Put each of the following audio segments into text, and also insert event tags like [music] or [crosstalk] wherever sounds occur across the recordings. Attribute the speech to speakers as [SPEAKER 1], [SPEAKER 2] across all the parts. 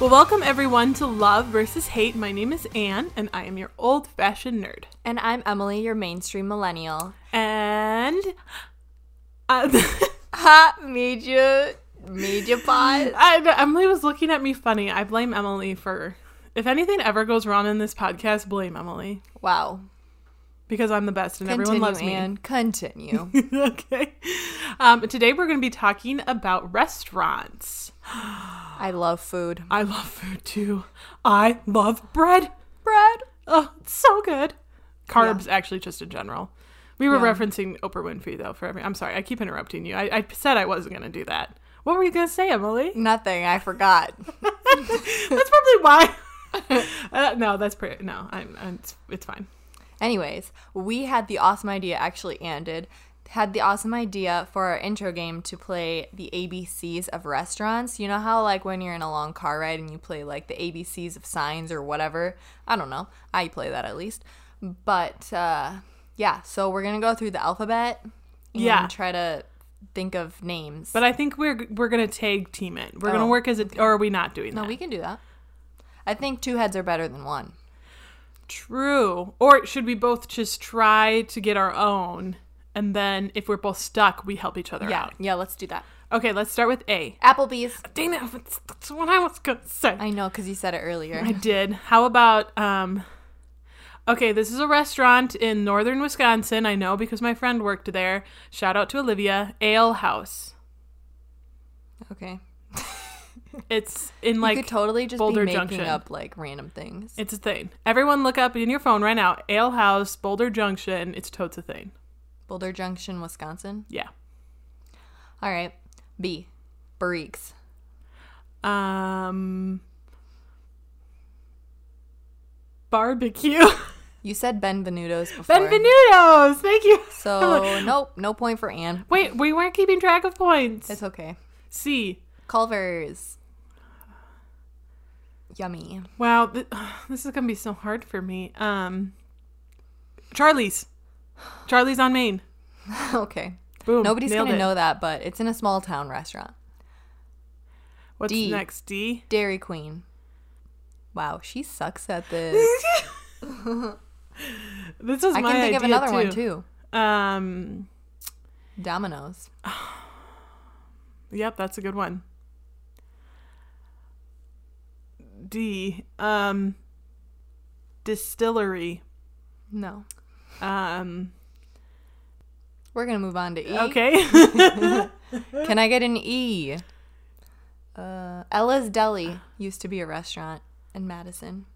[SPEAKER 1] Well, welcome everyone to Love versus Hate. My name is Anne, and I am your old fashioned nerd.
[SPEAKER 2] And I'm Emily, your mainstream millennial.
[SPEAKER 1] And. Uh, [laughs]
[SPEAKER 2] Ha! Media, [laughs] media pod.
[SPEAKER 1] I, Emily was looking at me funny. I blame Emily for. If anything ever goes wrong in this podcast, blame Emily
[SPEAKER 2] Wow.
[SPEAKER 1] because I'm the best and
[SPEAKER 2] Continue,
[SPEAKER 1] everyone loves me.
[SPEAKER 2] Anne. Continue. [laughs]
[SPEAKER 1] [laughs] okay. Um, today we're going to be talking about restaurants.
[SPEAKER 2] I love food.
[SPEAKER 1] I love food too. I love bread.
[SPEAKER 2] Bread.
[SPEAKER 1] Oh, it's so good. Carbs, actually, just in general. We were
[SPEAKER 2] Yeah.
[SPEAKER 1] referencing Oprah Winfrey though. For every, I'm sorry, I keep interrupting you. I, I said I wasn't going to do that. What were you going to say,
[SPEAKER 2] [laughs]
[SPEAKER 1] Emily?
[SPEAKER 2] Nothing. I forgot.
[SPEAKER 1] That's probably why. [laughs] uh, no, that's pretty. No, I'm. I'm it's, it's fine.
[SPEAKER 2] Anyways, we had the awesome idea, actually, Anne did, had the awesome idea for our intro game to play the ABCs of restaurants. You know how, like, when you're in a long car ride and you play, like, the ABCs of signs or whatever? I don't know. I play that at least. But, uh, yeah, so we're going to go through the alphabet and
[SPEAKER 1] Yeah.
[SPEAKER 2] try to think of names.
[SPEAKER 1] But I think we're we're going to tag team it. We're going to
[SPEAKER 2] Oh.
[SPEAKER 1] work as a. Or are we not doing
[SPEAKER 2] no,
[SPEAKER 1] that?
[SPEAKER 2] we can do that. I think two heads are better than one.
[SPEAKER 1] True. Or should we both just try to get our own, and then if we're both stuck, we help each other
[SPEAKER 2] Yeah,
[SPEAKER 1] out?
[SPEAKER 2] yeah, let's do that.
[SPEAKER 1] Okay, let's start with A.
[SPEAKER 2] Applebee's.
[SPEAKER 1] Dang it, that's, that's what I was gonna say.
[SPEAKER 2] I know, because you said it earlier.
[SPEAKER 1] I did. How about um Okay, this is a restaurant in northern Wisconsin. I know because my friend worked there. Shout out to Olivia. Ale House.
[SPEAKER 2] Okay.
[SPEAKER 1] It's in
[SPEAKER 2] you could
[SPEAKER 1] like
[SPEAKER 2] totally just
[SPEAKER 1] Boulder
[SPEAKER 2] be making
[SPEAKER 1] Junction.
[SPEAKER 2] up like random things.
[SPEAKER 1] it's a thing. Everyone look up in your phone right now. Ale House, Boulder Junction. It's totes a thing.
[SPEAKER 2] Boulder Junction, Wisconsin.
[SPEAKER 1] Yeah.
[SPEAKER 2] All right. B. Barriques.
[SPEAKER 1] Um Barbecue. [laughs]
[SPEAKER 2] You said Benvenuto's before.
[SPEAKER 1] Benvenutos. Thank you. [laughs]
[SPEAKER 2] So nope, no point for Anne.
[SPEAKER 1] Wait, we weren't keeping track of points.
[SPEAKER 2] It's okay.
[SPEAKER 1] C.
[SPEAKER 2] Culver's. Yummy. [laughs]
[SPEAKER 1] Wow, th- [sighs] this is gonna be so hard for me. Um, Charlie's, Charlie's on Main.
[SPEAKER 2] okay.
[SPEAKER 1] Boom.
[SPEAKER 2] Nobody's
[SPEAKER 1] Oh, nailed
[SPEAKER 2] gonna
[SPEAKER 1] it.
[SPEAKER 2] know that, but it's in a small town restaurant.
[SPEAKER 1] What's
[SPEAKER 2] D.
[SPEAKER 1] next? D.
[SPEAKER 2] Dairy Queen. Wow, she sucks
[SPEAKER 1] [laughs]
[SPEAKER 2] at this.
[SPEAKER 1] This was
[SPEAKER 2] I
[SPEAKER 1] my
[SPEAKER 2] can
[SPEAKER 1] idea
[SPEAKER 2] think of another
[SPEAKER 1] too.
[SPEAKER 2] one too.
[SPEAKER 1] Um,
[SPEAKER 2] Domino's.
[SPEAKER 1] yep, that's a good one. D. Um, distillery.
[SPEAKER 2] No.
[SPEAKER 1] Um,
[SPEAKER 2] We're gonna move on to E. [laughs]
[SPEAKER 1] okay. [laughs]
[SPEAKER 2] Can I get an E? Uh, Ella's Deli used to be a restaurant in Madison.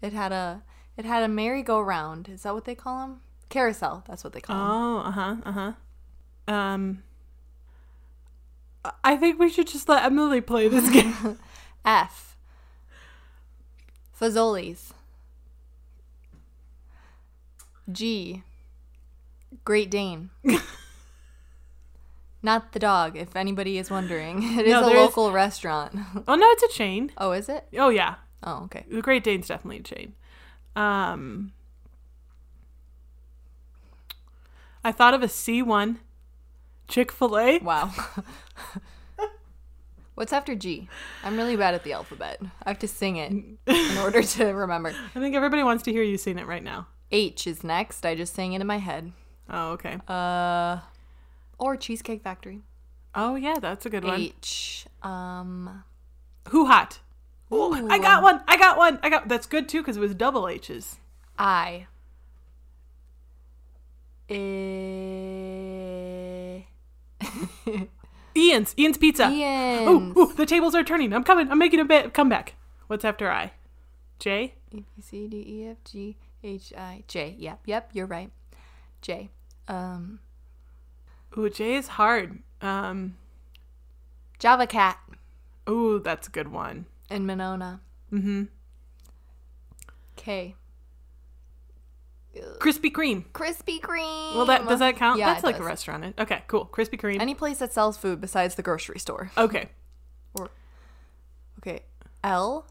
[SPEAKER 2] It had a it had a merry-go-round. Is that what they call them? Carousel. That's what they call them.
[SPEAKER 1] oh, uh huh, uh huh. Um, I- I think we should just let Emily play this [laughs] game.
[SPEAKER 2] F. Fazoli's. G.
[SPEAKER 1] [laughs]
[SPEAKER 2] Great Dane. Not the dog, if anybody is wondering. It is
[SPEAKER 1] No,
[SPEAKER 2] a
[SPEAKER 1] there is-
[SPEAKER 2] local restaurant. [laughs]
[SPEAKER 1] Oh no, it's a chain.
[SPEAKER 2] oh, is it?
[SPEAKER 1] Oh yeah,
[SPEAKER 2] Oh, okay.
[SPEAKER 1] the Great Dane's definitely a chain. Um, I thought of a C one, Chick Fil A.
[SPEAKER 2] Wow. [laughs] What's after G? I'm really bad at the alphabet. I have to sing it in order
[SPEAKER 1] [laughs]
[SPEAKER 2] to remember.
[SPEAKER 1] I think everybody wants to hear you sing it right now.
[SPEAKER 2] H is next. I just sang it in my head.
[SPEAKER 1] Oh okay.
[SPEAKER 2] Uh, or Cheesecake Factory.
[SPEAKER 1] oh yeah, that's a good one.
[SPEAKER 2] H. Um,
[SPEAKER 1] Who hot? Ooh, I
[SPEAKER 2] Ooh.
[SPEAKER 1] got one. I got one. I got that's good too because it was double H's.
[SPEAKER 2] I. [laughs] I.
[SPEAKER 1] Ian's Ian's Pizza. Ooh,
[SPEAKER 2] Ian.
[SPEAKER 1] ooh, the tables are turning. I'm coming. I'm making a bit comeback. What's after I? J.
[SPEAKER 2] A B C D E F G H I J. Yep, yep, you're right. J. Um,
[SPEAKER 1] Ooh, J is hard. Um.
[SPEAKER 2] Java Cat
[SPEAKER 1] Ooh, that's a good one.
[SPEAKER 2] and Monona.
[SPEAKER 1] Mm-hmm.
[SPEAKER 2] K.
[SPEAKER 1] Krispy Kreme.
[SPEAKER 2] Krispy Kreme.
[SPEAKER 1] Well, that does that count?
[SPEAKER 2] Yeah,
[SPEAKER 1] That's
[SPEAKER 2] it
[SPEAKER 1] like a
[SPEAKER 2] does.
[SPEAKER 1] restaurant. Okay, cool. Krispy Kreme.
[SPEAKER 2] [laughs] Any place that sells food besides the grocery store.
[SPEAKER 1] okay,
[SPEAKER 2] Okay. L.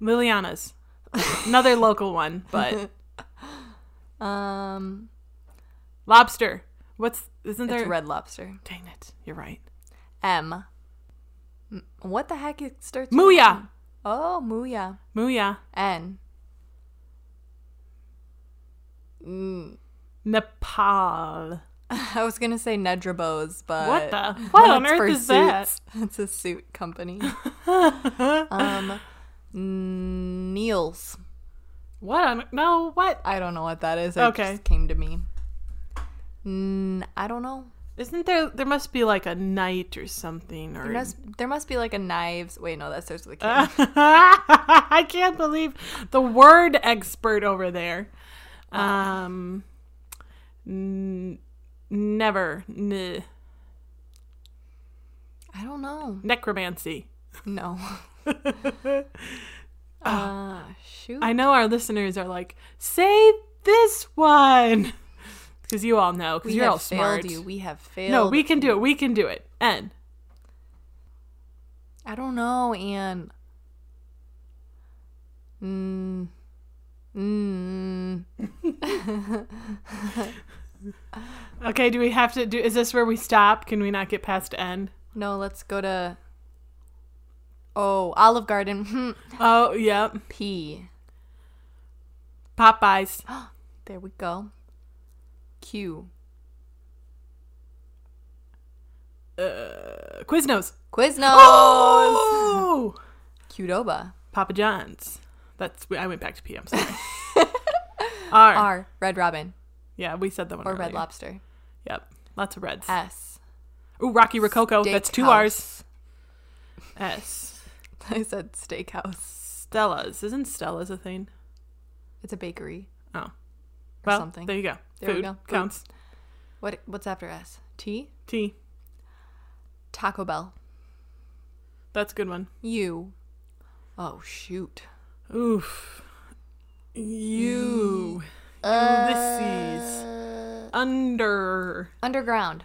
[SPEAKER 1] Liliana's,
[SPEAKER 2] [laughs]
[SPEAKER 1] another local one, but
[SPEAKER 2] Um,
[SPEAKER 1] lobster. What's isn't
[SPEAKER 2] it's
[SPEAKER 1] there?
[SPEAKER 2] Red Lobster.
[SPEAKER 1] Dang it, you're right.
[SPEAKER 2] M. What the heck? It starts. with
[SPEAKER 1] Muya.
[SPEAKER 2] an- Oh, Muya.
[SPEAKER 1] Muya.
[SPEAKER 2] N. [laughs]
[SPEAKER 1] Nepal.
[SPEAKER 2] I was gonna say Nedra Bose, but
[SPEAKER 1] What the-
[SPEAKER 2] [laughs]
[SPEAKER 1] what on
[SPEAKER 2] that's
[SPEAKER 1] earth
[SPEAKER 2] Uh, for
[SPEAKER 1] is that?
[SPEAKER 2] suits. [laughs] It's a suit
[SPEAKER 1] [laughs]
[SPEAKER 2] company. um, Niels.
[SPEAKER 1] What on no, what?
[SPEAKER 2] I don't know what that is. It
[SPEAKER 1] Okay.
[SPEAKER 2] just came to me. Mm, I don't know.
[SPEAKER 1] Isn't there there must be like a knight or something or [laughs]
[SPEAKER 2] There must, there must be like a knives. Wait, no, that starts with a K.
[SPEAKER 1] Ah. I can't believe the word expert over there.
[SPEAKER 2] Uh.
[SPEAKER 1] Um n- never n-
[SPEAKER 2] I don't know.
[SPEAKER 1] necromancy. [laughs]
[SPEAKER 2] No. uh, shoot.
[SPEAKER 1] I know our listeners are like, "Say this one." [laughs] Cuz you all know cuz
[SPEAKER 2] we
[SPEAKER 1] you're
[SPEAKER 2] have
[SPEAKER 1] all smart.
[SPEAKER 2] failed you. We have failed.
[SPEAKER 1] No, we can do it. We can do it. N.
[SPEAKER 2] I don't know, Anne. Mm. Mm.
[SPEAKER 1] Okay, do we have to do is this where we stop? Can we not get past N?
[SPEAKER 2] No, let's go to. Oh, Olive Garden. Hmm. [laughs]
[SPEAKER 1] Oh, yep.
[SPEAKER 2] P.
[SPEAKER 1] Popeyes. [gasps]
[SPEAKER 2] There we go. Q.
[SPEAKER 1] Uh, Quiznos.
[SPEAKER 2] Quiznos.
[SPEAKER 1] Oh!
[SPEAKER 2] Qdoba.
[SPEAKER 1] Papa John's. That's I went back to P. I'm
[SPEAKER 2] [laughs]
[SPEAKER 1] sorry. R.
[SPEAKER 2] R. Red Robin
[SPEAKER 1] Yeah, we said that one.
[SPEAKER 2] or
[SPEAKER 1] earlier.
[SPEAKER 2] Red Lobster.
[SPEAKER 1] Yep. Lots of reds.
[SPEAKER 2] S.
[SPEAKER 1] Ooh, Rocky Rococo. That's two R's.
[SPEAKER 2] Steakhouse.
[SPEAKER 1] S.
[SPEAKER 2] [laughs] I said steakhouse.
[SPEAKER 1] Stella's. Isn't Stella's a thing?
[SPEAKER 2] It's a bakery.
[SPEAKER 1] Oh. Well,
[SPEAKER 2] something.
[SPEAKER 1] there you go.
[SPEAKER 2] There we
[SPEAKER 1] Food
[SPEAKER 2] go. Food.
[SPEAKER 1] counts.
[SPEAKER 2] What? What's after S? T.
[SPEAKER 1] T.
[SPEAKER 2] Taco Bell.
[SPEAKER 1] That's a good one.
[SPEAKER 2] U. Oh shoot.
[SPEAKER 1] Oof. You.
[SPEAKER 2] Mm.
[SPEAKER 1] Ulysses.
[SPEAKER 2] Uh.
[SPEAKER 1] Under.
[SPEAKER 2] Underground.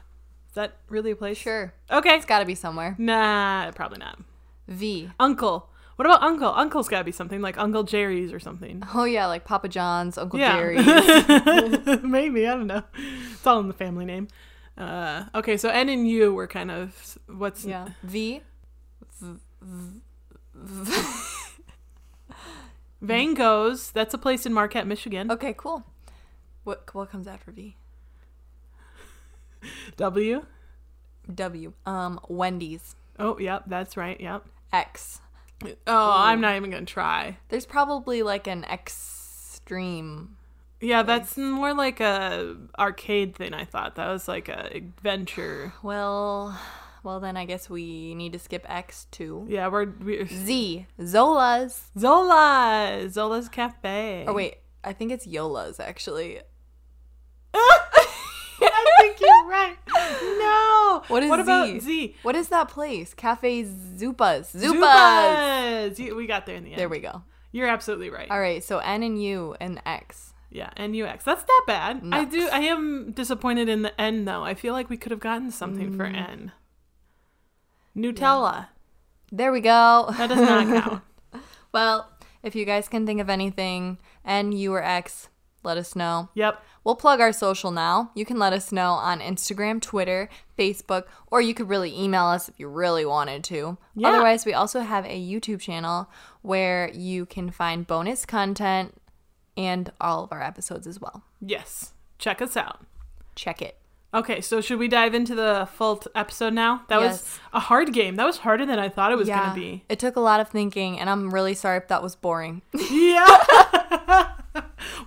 [SPEAKER 1] Is that really a place?
[SPEAKER 2] Sure.
[SPEAKER 1] Okay.
[SPEAKER 2] It's got to be somewhere.
[SPEAKER 1] Nah, probably not.
[SPEAKER 2] V.
[SPEAKER 1] Uncle. What about Uncle? Uncle's gotta be something like Uncle Jerry's or something.
[SPEAKER 2] Oh yeah, like Papa John's, Uncle Jerry's.
[SPEAKER 1] [laughs] Yeah. [laughs] Maybe, I don't know. It's all in the family name. Uh, okay, so N and U were kind of what's
[SPEAKER 2] Yeah. V.
[SPEAKER 1] Van Gogh's. That's a place in Marquette, Michigan.
[SPEAKER 2] Okay, cool. What what comes after V?
[SPEAKER 1] W.
[SPEAKER 2] W. Um, Wendy's.
[SPEAKER 1] Oh, yep, that's right. Yep.
[SPEAKER 2] X.
[SPEAKER 1] Oh, I'm not even gonna try.
[SPEAKER 2] There's probably like an extreme.
[SPEAKER 1] Yeah, that's more like a arcade thing. I thought that was like a adventure.
[SPEAKER 2] Well, well then I guess we need to skip X too.
[SPEAKER 1] Yeah, we're, we're
[SPEAKER 2] Z. Zola's.
[SPEAKER 1] Zola, Zola's Cafe.
[SPEAKER 2] Or Oh, wait, I think it's Yola's actually.
[SPEAKER 1] [laughs] I think you're right. No.
[SPEAKER 2] What is
[SPEAKER 1] what about
[SPEAKER 2] Z?
[SPEAKER 1] Z?
[SPEAKER 2] What is that place? Cafe Zupas. Zupas.
[SPEAKER 1] Zupas. You- We got there in the end.
[SPEAKER 2] There we go.
[SPEAKER 1] You're absolutely right.
[SPEAKER 2] All right, so N and U and X.
[SPEAKER 1] Yeah, NUX. That's not bad. I do.
[SPEAKER 2] Nux.
[SPEAKER 1] I am disappointed in the N though. I feel like we could have gotten something for N. Nutella.
[SPEAKER 2] There we go.
[SPEAKER 1] That does not count.
[SPEAKER 2] well, if you guys can think of anything, N, U, or X, let us know.
[SPEAKER 1] yep.
[SPEAKER 2] We'll plug our social now. You can let us know on Instagram, Twitter, Facebook, or you could really email us if you really wanted to.
[SPEAKER 1] Yeah.
[SPEAKER 2] Otherwise, we also have a YouTube channel where you can find bonus content and all of our episodes as well.
[SPEAKER 1] Yes. Check us out.
[SPEAKER 2] Check it.
[SPEAKER 1] Okay, so should we dive into the full t- episode now? That was
[SPEAKER 2] Yes.
[SPEAKER 1] a hard game. That was harder than I thought it was going to be.
[SPEAKER 2] It took a lot of thinking, and I'm really sorry if that was boring. [laughs]
[SPEAKER 1] Yeah. [laughs]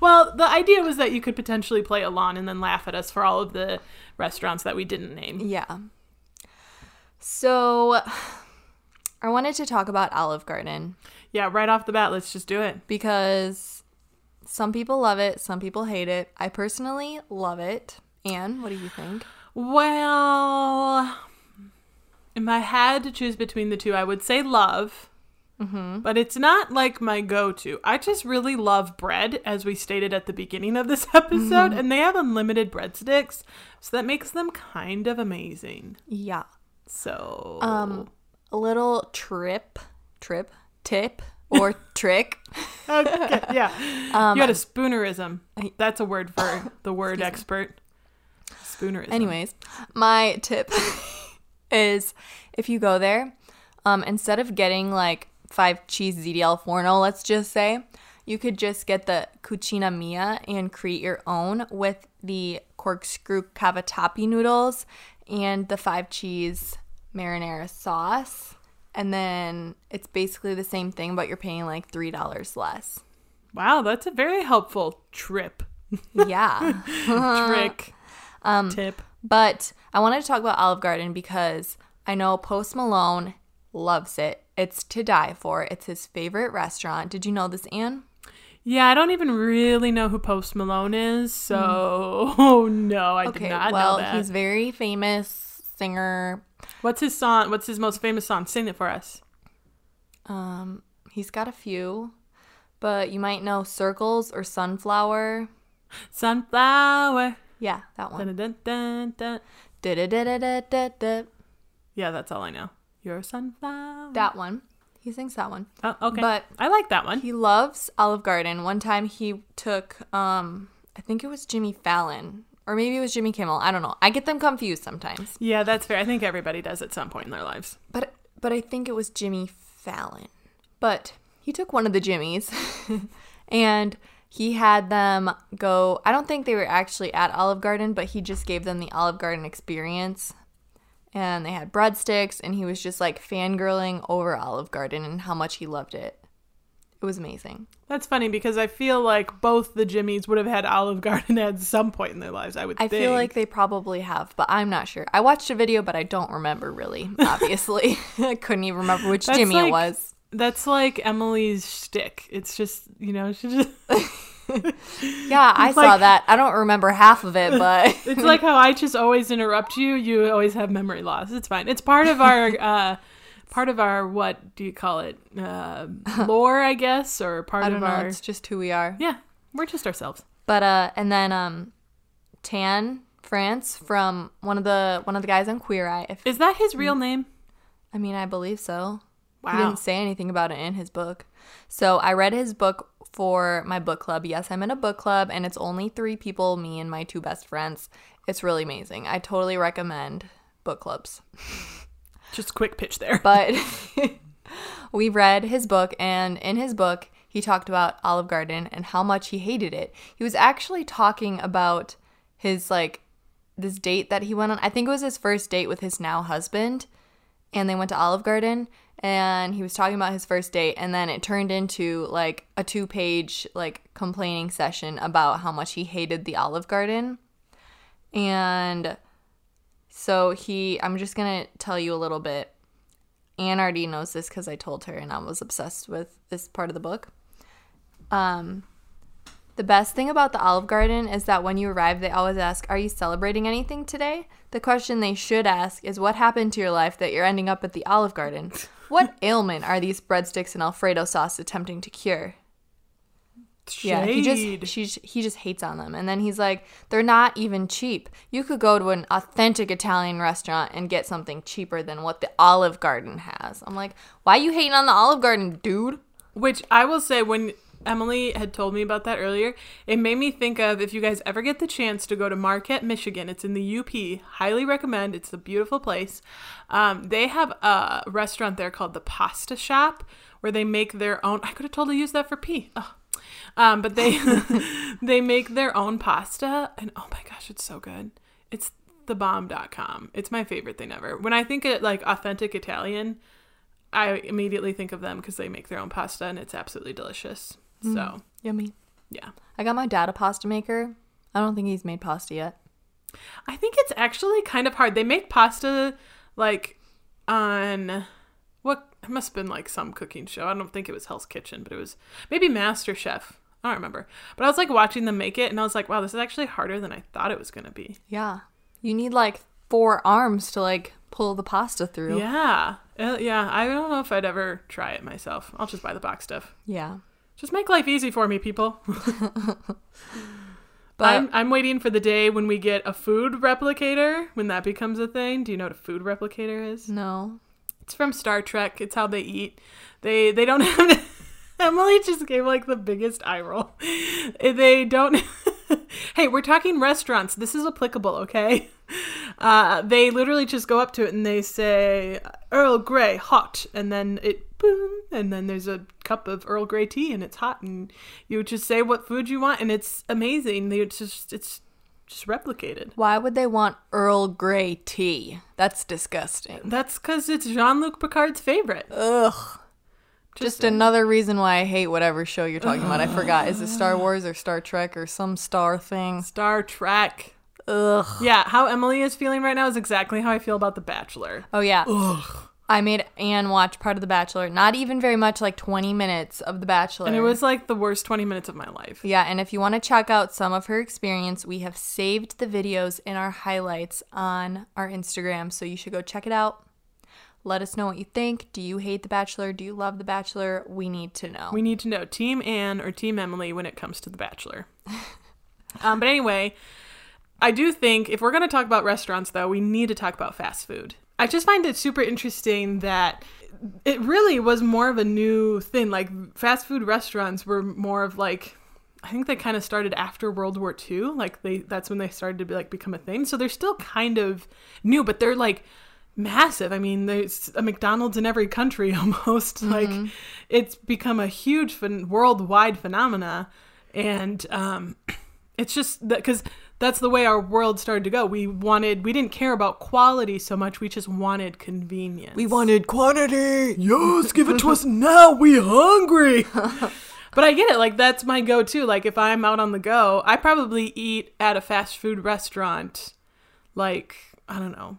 [SPEAKER 1] well, the idea was that you could potentially play along and then laugh at us for all of the restaurants that we didn't name.
[SPEAKER 2] Yeah. So [sighs] I wanted to talk about Olive Garden
[SPEAKER 1] Yeah, right off the bat, let's just do it.
[SPEAKER 2] because some people love it, some people hate it. I personally love it. Anne, what do you think?
[SPEAKER 1] Well, if I had to choose between the two, I would say love. But it's not like my go to. I just really love bread, as we stated at the beginning of this [laughs] episode, and they have unlimited breadsticks, so that makes them kind of amazing.
[SPEAKER 2] Yeah.
[SPEAKER 1] So,
[SPEAKER 2] Um a little trip, trip, tip or trick.
[SPEAKER 1] okay, yeah. you had a spoonerism. That's a word for the word expert. Spoonerism.
[SPEAKER 2] [laughs] Anyways, my tip is if you go there, Um, instead of getting like five cheese ZDL forno, let's just say, you could just get the cucina mia and create your own with the corkscrew cavatappi noodles and the five cheese marinara sauce. And then it's basically the same thing, but you're paying like $3 less.
[SPEAKER 1] Wow, that's a very helpful trip,
[SPEAKER 2] Yeah.
[SPEAKER 1] trick, tip.
[SPEAKER 2] But I wanted to talk about Olive Garden because I know Post Malone loves it. It's to die for. It's his favorite restaurant. Did you know this, Anne?
[SPEAKER 1] Yeah, I don't even really know who Post Malone is, so oh [laughs] no, I did not
[SPEAKER 2] Hmm. well,
[SPEAKER 1] know that.
[SPEAKER 2] he's very famous singer.
[SPEAKER 1] What's his song? What's his most famous song? Sing it for us.
[SPEAKER 2] Um, he's got a few, but you might know Circles or Sunflower.
[SPEAKER 1] Sunflower.
[SPEAKER 2] Yeah, that one.
[SPEAKER 1] Dun, dun, dun, dun.
[SPEAKER 2] Da-da-da-da-da-da.
[SPEAKER 1] Yeah, that's all I know. You're a sunflower.
[SPEAKER 2] That one. He sings that one.
[SPEAKER 1] Oh, okay.
[SPEAKER 2] But-
[SPEAKER 1] I like that one.
[SPEAKER 2] He loves Olive Garden. One time he took, um, I think it was Jimmy Fallon or maybe it was Jimmy Kimmel. I don't know. I get them confused sometimes.
[SPEAKER 1] Yeah, that's fair. I think everybody does at some point in their lives.
[SPEAKER 2] But but I think it was Jimmy Fallon. But he took one of the Jimmys [laughs] and he had them go. I don't think they were actually at Olive Garden, but he just gave them the Olive Garden experience. And they had breadsticks, and he was just like fangirling over Olive Garden and how much he loved it. It was amazing.
[SPEAKER 1] That's funny because I feel like both the Jimmys would have had Olive Garden [laughs] at some point in their lives. I would.
[SPEAKER 2] I
[SPEAKER 1] think.
[SPEAKER 2] feel like they probably have, but I'm not sure. I watched a video, but I don't remember really, obviously. [laughs] I couldn't even remember which
[SPEAKER 1] That's
[SPEAKER 2] Jimmy
[SPEAKER 1] like-
[SPEAKER 2] it was.
[SPEAKER 1] that's like Emily's shtick. It's just you know she just. [laughs]
[SPEAKER 2] Yeah, I saw
[SPEAKER 1] like-
[SPEAKER 2] that. I don't remember half of it,
[SPEAKER 1] [laughs]
[SPEAKER 2] but [laughs]
[SPEAKER 1] It's like how I just always interrupt you. You always have memory loss. It's fine. It's part of
[SPEAKER 2] [laughs]
[SPEAKER 1] our uh, part of our what do you call it uh, lore, I guess, or part
[SPEAKER 2] I don't
[SPEAKER 1] of
[SPEAKER 2] know.
[SPEAKER 1] our
[SPEAKER 2] It's just who we are.
[SPEAKER 1] yeah. We're just ourselves.
[SPEAKER 2] But uh and then um Tan France from one of the one of the guys on Queer Eye. If,
[SPEAKER 1] Is that his
[SPEAKER 2] Mm.
[SPEAKER 1] real name?
[SPEAKER 2] I mean, I believe so. He
[SPEAKER 1] Wow.
[SPEAKER 2] didn't say anything about it in his book. So I read his book for my book club. Yes, I'm in a book club, and it's only three people me and my two best friends. It's really amazing. I totally recommend book clubs.
[SPEAKER 1] Just quick pitch there.
[SPEAKER 2] But [laughs] we read his book, and in his book, he talked about Olive Garden and how much he hated it. He was actually talking about his, like, this date that he went on. I think it was his first date with his now husband and they went to Olive Garden and he was talking about his first date and then it turned into like a two-page like complaining session about how much he hated the Olive Garden. And so he I'm just going to tell you a little bit. Anne already knows this cuz I told her and I was obsessed with this part of the book. Um the best thing about the Olive Garden is that when you arrive, they always ask, Are you celebrating anything today? The question they should ask is, What happened to your life that you're ending up at the Olive Garden? What ailment are these breadsticks and Alfredo sauce attempting to cure? Yeah, he
[SPEAKER 1] Shade.
[SPEAKER 2] just she, he just hates on them, and then he's like, "They're not even cheap. You could go to an authentic Italian restaurant and get something cheaper than what the Olive Garden has." I'm like, "Why you hating on the Olive Garden, dude?"
[SPEAKER 1] Which I will say, when Emily had told me about that earlier, it made me think of if you guys ever get the chance to go to Marquette, Michigan, it's in the UP. Highly recommend. It's a beautiful place. Um, they have a restaurant there called the Pasta Shop where they make their own. I could have totally used that for pee. Ugh. Um, but they [laughs] they make their own pasta, and oh my gosh, it's so good. It's thebomb.com. It's my favorite thing ever. When I think of like authentic Italian, I immediately think of them because they make their own pasta and it's absolutely delicious. So
[SPEAKER 2] Yummy.
[SPEAKER 1] yeah,
[SPEAKER 2] I got my dad a pasta maker. I don't think he's made pasta yet.
[SPEAKER 1] I think it's actually kind of hard. They make pasta like on what it must have been like some cooking show. I don't think it was Hell's Kitchen, but it was maybe Master Chef. I don't remember. But I was like watching them make it and I was like, wow, this is actually harder than I thought it was going to be.
[SPEAKER 2] Yeah. You need like four arms to like pull the pasta through.
[SPEAKER 1] Yeah. Uh, yeah. I don't know if I'd ever try it myself. I'll just buy the box stuff.
[SPEAKER 2] Yeah.
[SPEAKER 1] Just make life easy for me, people.
[SPEAKER 2] But
[SPEAKER 1] I'm, I'm waiting for the day when we get a food replicator, when that becomes a thing. Do you know what a food replicator is?
[SPEAKER 2] no.
[SPEAKER 1] It's from Star Trek. It's how they eat. They they don't [laughs] have Emily just gave like the biggest eye roll. [laughs] They don't Hey, we're talking restaurants. This is applicable, okay? [laughs] Uh, they literally just go up to it and they say Earl Grey hot, and then it boom, and then there's a cup of Earl Grey tea and it's hot, and you just say what food you want, and it's amazing. They it's just it's just replicated.
[SPEAKER 2] Why would they want Earl Grey tea? That's disgusting.
[SPEAKER 1] That's because it's Jean Luc Picard's favorite.
[SPEAKER 2] Ugh. Just another reason why I hate whatever show you're talking
[SPEAKER 1] [sighs]
[SPEAKER 2] about. I forgot. Is it Star Wars or Star Trek or some star thing?
[SPEAKER 1] Star Trek.
[SPEAKER 2] Ugh.
[SPEAKER 1] Yeah, how Emily is feeling right now is exactly how I feel about The Bachelor.
[SPEAKER 2] Oh, yeah. I made Anne watch part of The Bachelor. Not even very much, like 20 minutes of The Bachelor.
[SPEAKER 1] And it was like the worst 20 minutes of my life.
[SPEAKER 2] Yeah, and if you want to check out some of her experience, we have saved the videos in our highlights on our Instagram, so you should go check it out. Let us know what you think. Do you hate The Bachelor? Do you love The Bachelor? We need to know.
[SPEAKER 1] We need to know Team Anne or Team Emily when it comes to The Bachelor. um, but anyway, I do think if we're going to talk about restaurants, though, we need to talk about fast food. I just find it super interesting that it really was more of a new thing. Like, fast food restaurants were more of like, I think they kind of started after World War II. Like, they that's when they started to be like become a thing. So they're still kind of new, but they're like massive. I mean, there's a McDonald's in every country [laughs] almost. Like, it's become a huge phen worldwide phenomena, and um, [clears throat] it's just because that's the way our world started to go. We wanted, we didn't care about quality so much. We just wanted convenience. We
[SPEAKER 2] wanted quantity. [laughs]
[SPEAKER 1] yes, give it to us now. We hungry. but I get it. Like that's my go-to. Like if I'm out on the go, I probably eat at a fast food restaurant. Like I don't know.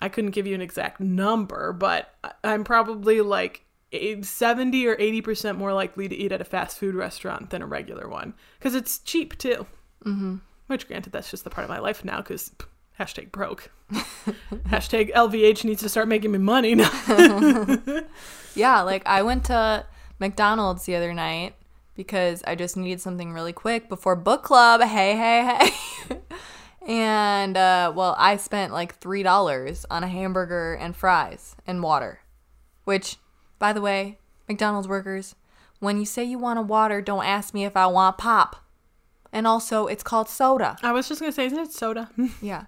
[SPEAKER 1] I couldn't give you an exact number, but I- I'm probably like eh, 70 or 80% more likely to eat at a fast food restaurant than a regular one because it's cheap too. Which, granted, that's just the part of my life now because hashtag broke. [laughs] hashtag LVH needs to start making me money now.
[SPEAKER 2] Yeah, like I went to McDonald's the other night because I just needed something really quick before book club. Hey, hey, hey. [laughs] and uh, well, I spent like $3 on a hamburger and fries and water. Which, by the way, McDonald's workers, when you say you want a water, don't ask me if I want pop. And also, it's called soda.
[SPEAKER 1] I was just going to say, isn't it soda?
[SPEAKER 2] Yeah.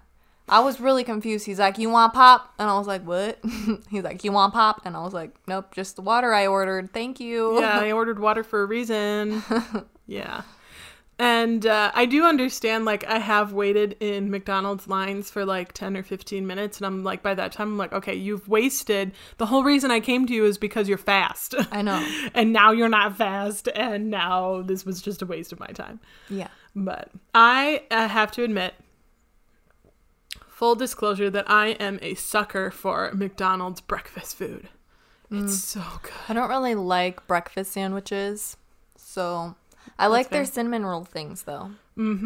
[SPEAKER 2] I was really confused. He's like, You want pop? And I was like, What? [laughs] He's like, You want pop? And I was like, Nope, just the water I ordered. Thank you.
[SPEAKER 1] yeah, I ordered water for a reason. Yeah. And uh, I do understand, like, I have waited in McDonald's lines for like 10 or 15 minutes. And I'm like, by that time, I'm like, okay, you've wasted. The whole reason I came to you is because you're fast.
[SPEAKER 2] [laughs]
[SPEAKER 1] [laughs]
[SPEAKER 2] I know.
[SPEAKER 1] and now you're not fast. And now this was just a waste of my time.
[SPEAKER 2] Yeah.
[SPEAKER 1] But I uh, have to admit, full disclosure, that I am a sucker for McDonald's breakfast food. It's so good.
[SPEAKER 2] I don't really like breakfast sandwiches. So I like their cinnamon roll things, though.
[SPEAKER 1] Mm-hmm.
[SPEAKER 2] Mm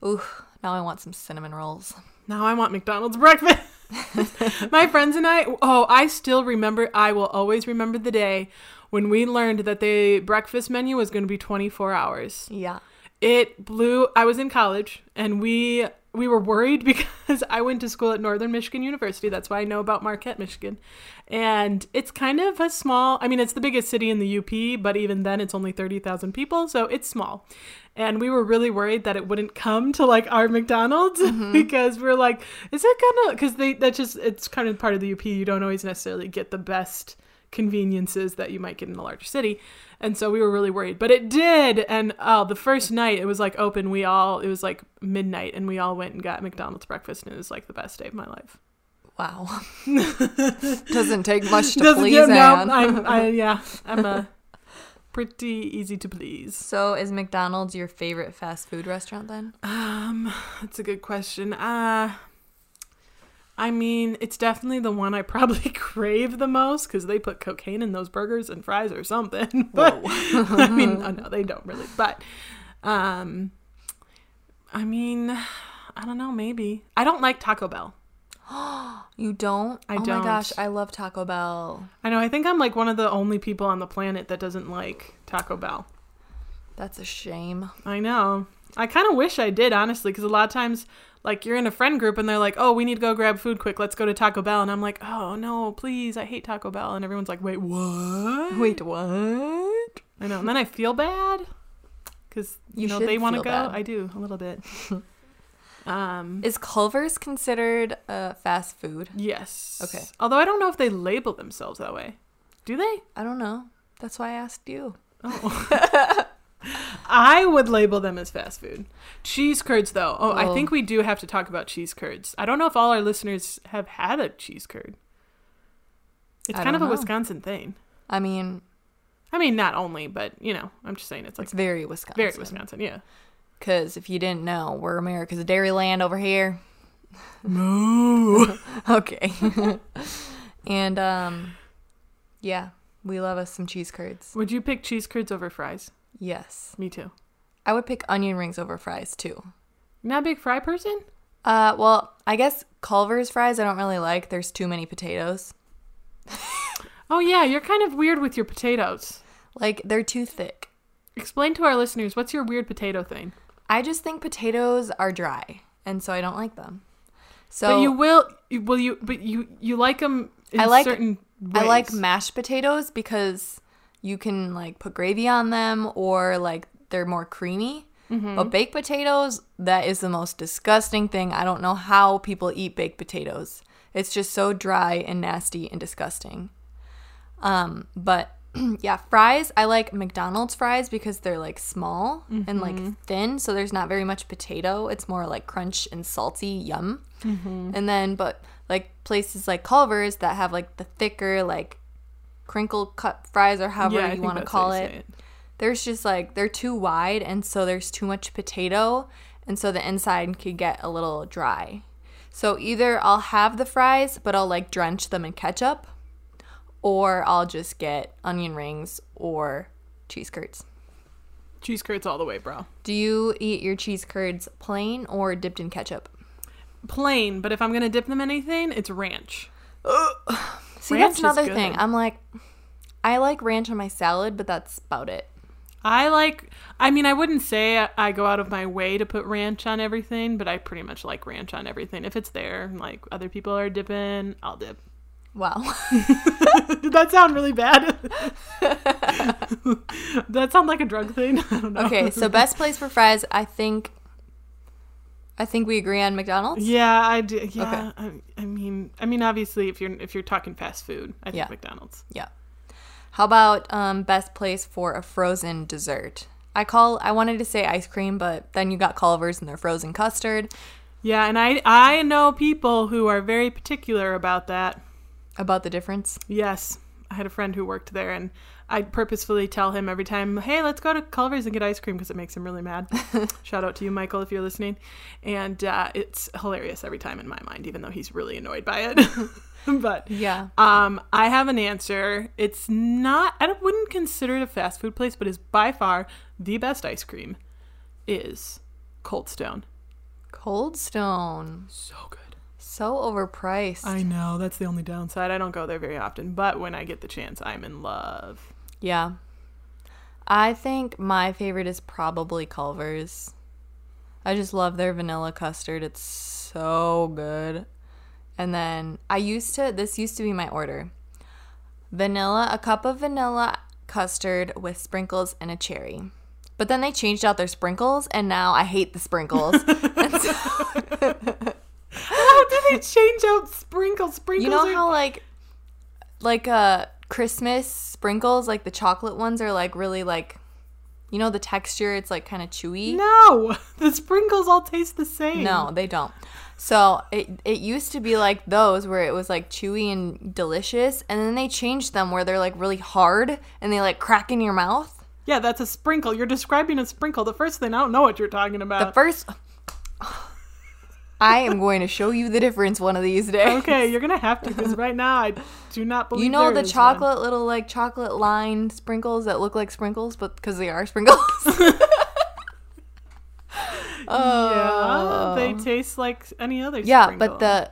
[SPEAKER 2] hmm. Oof. Now I want some cinnamon rolls.
[SPEAKER 1] Now I want McDonald's [laughs] breakfast. My friends and I, oh, I still remember, I will always remember the day when we learned that the breakfast menu was going to be 24 hours.
[SPEAKER 2] Yeah.
[SPEAKER 1] It blew. I was in college, and we we were worried [laughs] because I went to school at Northern Michigan University. That's why I know about Marquette, Michigan, and it's kind of a small. I mean, it's the biggest city in the UP, but even then, it's only thirty thousand people, so it's small. And we were really worried that it wouldn't come to like our McDonald's [laughs] because we're like, is it gonna? Because they that's just it's kind of part of the UP. You don't always necessarily get the best conveniences that you might get in a larger city. And so we were really worried, but it did. And oh, the first night it was like open. We all, it was like midnight, and we all went and got McDonald's breakfast, and it was like the best day of my life. [laughs]
[SPEAKER 2] Wow. Doesn't take much to
[SPEAKER 1] Doesn't-
[SPEAKER 2] please
[SPEAKER 1] yeah,
[SPEAKER 2] Anne.
[SPEAKER 1] no,
[SPEAKER 2] [laughs]
[SPEAKER 1] I'm, I, yeah, I'm a pretty easy to please.
[SPEAKER 2] so is McDonald's your favorite fast food restaurant then?
[SPEAKER 1] Um, that's a good question. Uh, I mean, it's definitely the one I probably [laughs] crave the most because they put cocaine in those burgers and fries or something. [laughs] But I
[SPEAKER 2] Mm-hmm.
[SPEAKER 1] mean, oh, no, they don't really. But, um, I mean, I don't know. Maybe I don't like Taco Bell.
[SPEAKER 2] You don't?
[SPEAKER 1] I
[SPEAKER 2] oh
[SPEAKER 1] don't.
[SPEAKER 2] my gosh, I love Taco Bell.
[SPEAKER 1] I know. I think I'm like one of the only people on the planet that doesn't like Taco Bell.
[SPEAKER 2] That's a shame.
[SPEAKER 1] I know. I kind of wish I did, honestly, because a lot of times, like, you're in a friend group and they're like, oh, we need to go grab food quick. Let's go to Taco Bell. And I'm like, oh, no, please. I hate Taco Bell. And everyone's like, wait, [laughs] what?
[SPEAKER 2] Wait, what?
[SPEAKER 1] I know. And then I feel bad because, you,
[SPEAKER 2] You
[SPEAKER 1] know,
[SPEAKER 2] should
[SPEAKER 1] they want to
[SPEAKER 2] feel
[SPEAKER 1] go.
[SPEAKER 2] [laughs] bad.
[SPEAKER 1] I do, a little bit. Um,
[SPEAKER 2] Is Culver's considered uh, fast food?
[SPEAKER 1] yes.
[SPEAKER 2] Okay.
[SPEAKER 1] Although I don't know if they label themselves that way. Do they?
[SPEAKER 2] I don't know. That's why I asked you.
[SPEAKER 1] I would label them as fast food. Cheese curds, though. Oh, I
[SPEAKER 2] Oh.
[SPEAKER 1] think we do have to talk about cheese curds. I don't know if all our listeners have had a cheese curd. It's
[SPEAKER 2] I
[SPEAKER 1] kind of
[SPEAKER 2] don't
[SPEAKER 1] a
[SPEAKER 2] know.
[SPEAKER 1] Wisconsin thing.
[SPEAKER 2] I mean,
[SPEAKER 1] I mean, not only, but you know, I'm just saying it's like
[SPEAKER 2] it's very Wisconsin.
[SPEAKER 1] very Wisconsin. Yeah.
[SPEAKER 2] Because if you didn't know, we're America's dairy land over here.
[SPEAKER 1] Moo.
[SPEAKER 2] [laughs] Okay. and um, yeah, we love us some cheese curds.
[SPEAKER 1] would you pick cheese curds over fries?
[SPEAKER 2] Yes,
[SPEAKER 1] Me too.
[SPEAKER 2] I would pick onion rings over fries too.
[SPEAKER 1] Not a big fry person.
[SPEAKER 2] Uh, well, I guess Culver's fries I don't really like. There's too many potatoes.
[SPEAKER 1] Oh yeah, you're kind of weird with your potatoes.
[SPEAKER 2] Like they're too thick.
[SPEAKER 1] Explain to our listeners what's your weird potato thing.
[SPEAKER 2] I just think potatoes are dry, and so I don't like them. So
[SPEAKER 1] but you will, you- will you? But you you like them. In
[SPEAKER 2] I like-
[SPEAKER 1] certain. Ways.
[SPEAKER 2] I like mashed potatoes because you can like put gravy on them or like they're more creamy. But baked potatoes, that is the most disgusting thing. I don't know how people eat baked potatoes. It's just so dry and nasty and disgusting. Um, but [clears throat] yeah, fries, I like McDonald's fries because they're like small and like thin, so there's not very much potato. It's more like crunch and salty, yum. And then, but like places like Culver's that have like the thicker, like crinkle cut fries or however
[SPEAKER 1] I
[SPEAKER 2] you
[SPEAKER 1] think
[SPEAKER 2] want to
[SPEAKER 1] that's how you
[SPEAKER 2] call
[SPEAKER 1] say
[SPEAKER 2] it. There's just like they're too wide, and so there's too much potato, and so the inside could get a little dry. So either I'll have the fries, but I'll like drench them in ketchup, or I'll just get onion rings or cheese curds.
[SPEAKER 1] Cheese curds all the way, bro.
[SPEAKER 2] Do you eat your cheese curds plain or dipped in ketchup?
[SPEAKER 1] Plain, but if I'm gonna dip them in anything, it's ranch.
[SPEAKER 2] See,
[SPEAKER 1] Ranch
[SPEAKER 2] that's
[SPEAKER 1] is
[SPEAKER 2] another
[SPEAKER 1] good.
[SPEAKER 2] thing. I'm like, I like ranch on my salad, but that's about it.
[SPEAKER 1] I like. I mean, I wouldn't say I- I go out of my way to put ranch on everything, but I pretty much like ranch on everything. If it's there, and, like other people are dipping, I'll dip. [laughs]
[SPEAKER 2] Wow.
[SPEAKER 1] Did that sound really
[SPEAKER 2] [laughs]
[SPEAKER 1] bad? [laughs] that sound like a drug thing? [laughs] I don't know.
[SPEAKER 2] okay, so best place for fries, I think. I think we agree on McDonald's.
[SPEAKER 1] Yeah, I do. Yeah, I, I mean, I mean, obviously, if you're if you're talking fast food, I think
[SPEAKER 2] Yeah.
[SPEAKER 1] McDonald's.
[SPEAKER 2] Yeah. How about um, best place for a frozen dessert? I call. I wanted to say ice cream, but then you got Culver's and their frozen custard.
[SPEAKER 1] Yeah, and I I know people who are very particular about that.
[SPEAKER 2] About the difference.
[SPEAKER 1] Yes, I had a friend who worked there, and I'd purposefully tell him every time, "Hey, let's go to Culver's and get ice cream," because it makes him really mad. Shout out to you, Michael, if you're listening. And uh, it's hilarious every time in my mind, even though he's really annoyed by it. [laughs] but
[SPEAKER 2] Yeah.
[SPEAKER 1] Um, I have an answer. It's not. I don't- wouldn't consider it a fast food place, but is by far the best ice cream. Is Cold Stone
[SPEAKER 2] Cold Stone.
[SPEAKER 1] so good?
[SPEAKER 2] So overpriced.
[SPEAKER 1] I know that's the only downside. I don't go there very often, but when I get the chance, I'm in love. [laughs]
[SPEAKER 2] Yeah. I think my favorite is probably Culver's. I just love their vanilla custard. It's so good. And then I used to, this used to be my order vanilla, a cup of vanilla custard with sprinkles and a cherry. But then they changed out their sprinkles, and now I hate
[SPEAKER 1] [laughs]
[SPEAKER 2] the sprinkles. And so-
[SPEAKER 1] How do they change out sprinkles? Sprinkles.
[SPEAKER 2] you know
[SPEAKER 1] are-
[SPEAKER 2] how, like, like uh, Christmas sprinkles, like the chocolate ones, are like really like, you know, the texture, it's like kind of chewy.
[SPEAKER 1] No, [laughs] the sprinkles all taste the same. [laughs]
[SPEAKER 2] No, they don't. So it it used to be like those where it was like chewy and delicious, and then they changed them where they're like really hard and they like crack in your mouth.
[SPEAKER 1] Yeah, that's a sprinkle. You're describing a sprinkle. The first thing I don't know what you're talking
[SPEAKER 2] The
[SPEAKER 1] about.
[SPEAKER 2] first, I am going to show you the difference one of these days.
[SPEAKER 1] okay, you're gonna have to because right now I do not believe
[SPEAKER 2] [laughs] You know
[SPEAKER 1] there
[SPEAKER 2] the
[SPEAKER 1] is one.
[SPEAKER 2] chocolate little like chocolate lined sprinkles that look like sprinkles, but because they are sprinkles. [laughs]
[SPEAKER 1] Yeah, they taste like any other.
[SPEAKER 2] yeah,
[SPEAKER 1] sprinkle.
[SPEAKER 2] but the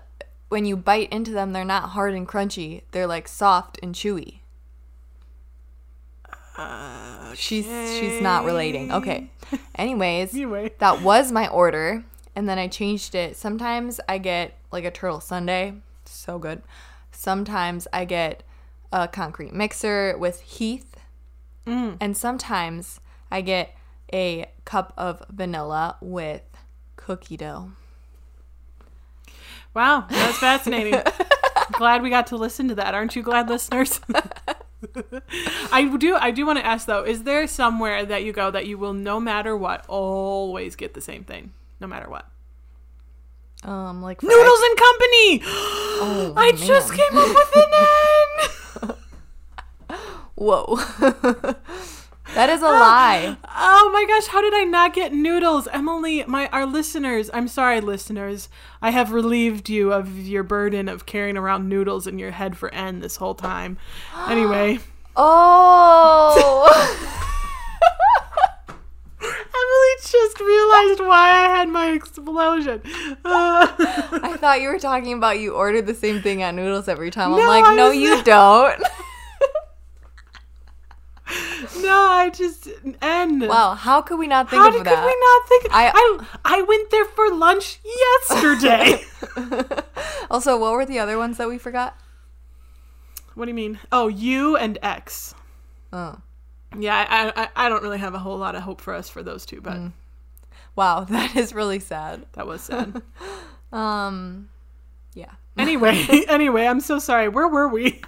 [SPEAKER 2] when you bite into them, they're not hard and crunchy. They're like soft and chewy. She's she's not relating. Okay. Anyways,
[SPEAKER 1] Anyway.
[SPEAKER 2] that was my order, and then I changed it. Sometimes I get like a turtle sundae, so good. Sometimes I get a concrete mixer with Heath, and sometimes I get a cup of vanilla with cookie dough.
[SPEAKER 1] Wow, that's [laughs] fascinating. glad we got to listen to that. Aren't you glad, [laughs] listeners? I do. I do want to ask though: Is there somewhere that you go that you will, no matter what, always get the same thing, no matter what?
[SPEAKER 2] Um, like
[SPEAKER 1] Noodles and Company.
[SPEAKER 2] Oh,
[SPEAKER 1] I just
[SPEAKER 2] man.
[SPEAKER 1] came up with
[SPEAKER 2] [laughs]
[SPEAKER 1] an N.
[SPEAKER 2] Whoa, [laughs] that is a
[SPEAKER 1] Ah.
[SPEAKER 2] lie.
[SPEAKER 1] Oh my gosh, how did I not get noodles? Emily, my our listeners, I'm sorry listeners. I have relieved you of your burden of carrying around noodles in your head for N this whole time.
[SPEAKER 2] [gasps]
[SPEAKER 1] Anyway, [laughs]
[SPEAKER 2] Oh,
[SPEAKER 1] Emily just realized why I had my explosion. [laughs] Uh,
[SPEAKER 2] [laughs] I thought you were talking about you order the same thing at noodles every time. I'm
[SPEAKER 1] No,
[SPEAKER 2] like,
[SPEAKER 1] I
[SPEAKER 2] no,
[SPEAKER 1] was
[SPEAKER 2] you
[SPEAKER 1] not- [laughs]
[SPEAKER 2] don't.
[SPEAKER 1] no, I just N.
[SPEAKER 2] wow, how could we not think
[SPEAKER 1] How
[SPEAKER 2] of
[SPEAKER 1] did, could we
[SPEAKER 2] that?
[SPEAKER 1] not think?
[SPEAKER 2] I-
[SPEAKER 1] I, I went there for lunch
[SPEAKER 2] [laughs]
[SPEAKER 1] yesterday.
[SPEAKER 2] also, what were the other ones that we forgot?
[SPEAKER 1] what do you mean? Oh, you and X.
[SPEAKER 2] Oh.
[SPEAKER 1] Yeah, I, I I don't really have a whole lot of hope for us for those two, but
[SPEAKER 2] Wow, [laughs] that is really sad.
[SPEAKER 1] that was sad.
[SPEAKER 2] Um, yeah.
[SPEAKER 1] anyway, [laughs] anyway, I'm so sorry. Where were we?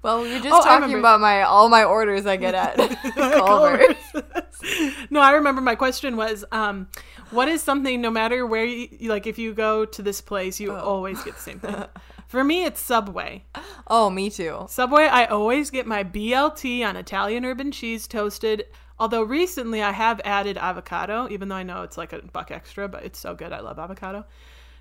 [SPEAKER 2] Well, we were just
[SPEAKER 1] Oh, I
[SPEAKER 2] talking
[SPEAKER 1] remember.
[SPEAKER 2] about my all my orders I
[SPEAKER 1] [laughs]
[SPEAKER 2] get at [laughs] Culver's.
[SPEAKER 1] no, I remember my question was, um, what is something no matter where you you- like if you go to this place, you always get the same thing. For me, it's Subway.
[SPEAKER 2] Oh, me too.
[SPEAKER 1] Subway, I always get my BLT on Italian urban cheese toasted. Although recently I have added avocado, even though I know it's like a buck extra, but it's so good. I love avocado.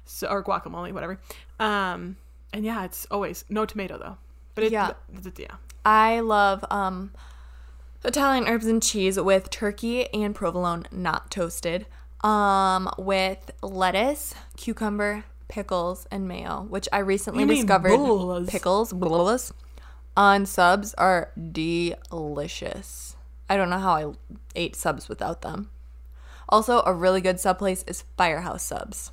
[SPEAKER 1] So, or guacamole, whatever. Um, and yeah, it's always no tomato though. But it,
[SPEAKER 2] Yeah.
[SPEAKER 1] yeah. yeah.
[SPEAKER 2] I love um, Italian herbs and cheese with turkey and provolone, not toasted, um, with lettuce, cucumber, pickles, and mayo, which I recently
[SPEAKER 1] You mean
[SPEAKER 2] discovered
[SPEAKER 1] bullas.
[SPEAKER 2] pickles bullas, on subs are delicious. I don't know how I ate subs without them. Also, a really good sub place is Firehouse Subs.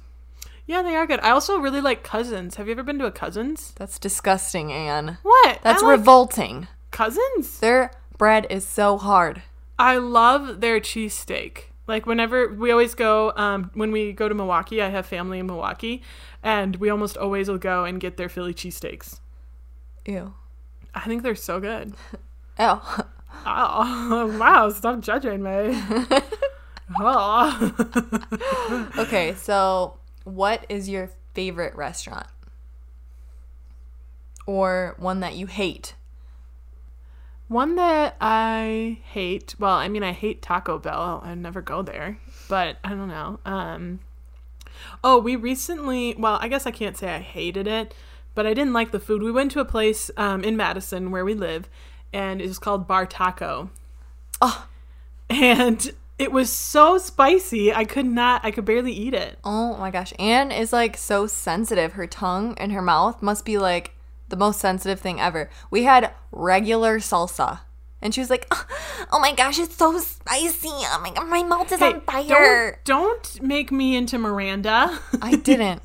[SPEAKER 1] Yeah, they are good. I also really like Cousins. Have you ever been to a Cousins?
[SPEAKER 2] That's disgusting, Anne.
[SPEAKER 1] What?
[SPEAKER 2] That's
[SPEAKER 1] I like
[SPEAKER 2] revolting.
[SPEAKER 1] Cousins.
[SPEAKER 2] Their bread is so hard.
[SPEAKER 1] I love their cheesesteak. Like whenever we always go, um, when we go to Milwaukee, I have family in Milwaukee, and we almost always will go and get their Philly cheesesteaks.
[SPEAKER 2] Ew.
[SPEAKER 1] I think they're so good.
[SPEAKER 2] [laughs] Oh.
[SPEAKER 1] Oh [laughs] wow! Stop judging me. oh.
[SPEAKER 2] Okay, so what is your favorite restaurant? Or one that you hate?
[SPEAKER 1] One that I hate. Well, I mean, I hate Taco Bell. I never go there, but I don't know. Um, oh, we recently. Well, I guess I can't say I hated it, but I didn't like the food. We went to a place um, in Madison where we live, and it was called Bar Taco.
[SPEAKER 2] Oh.
[SPEAKER 1] and it was so spicy. I could not. I could barely eat it.
[SPEAKER 2] Oh my gosh, Anne is like so sensitive. Her tongue and her mouth must be like the most sensitive thing ever. We had regular salsa. And she was like, [laughs] "Oh my gosh, it's so spicy! Oh my god, my mouth is
[SPEAKER 1] Hey,
[SPEAKER 2] on
[SPEAKER 1] don't,
[SPEAKER 2] fire!"
[SPEAKER 1] don't make me into Miranda.
[SPEAKER 2] I didn't.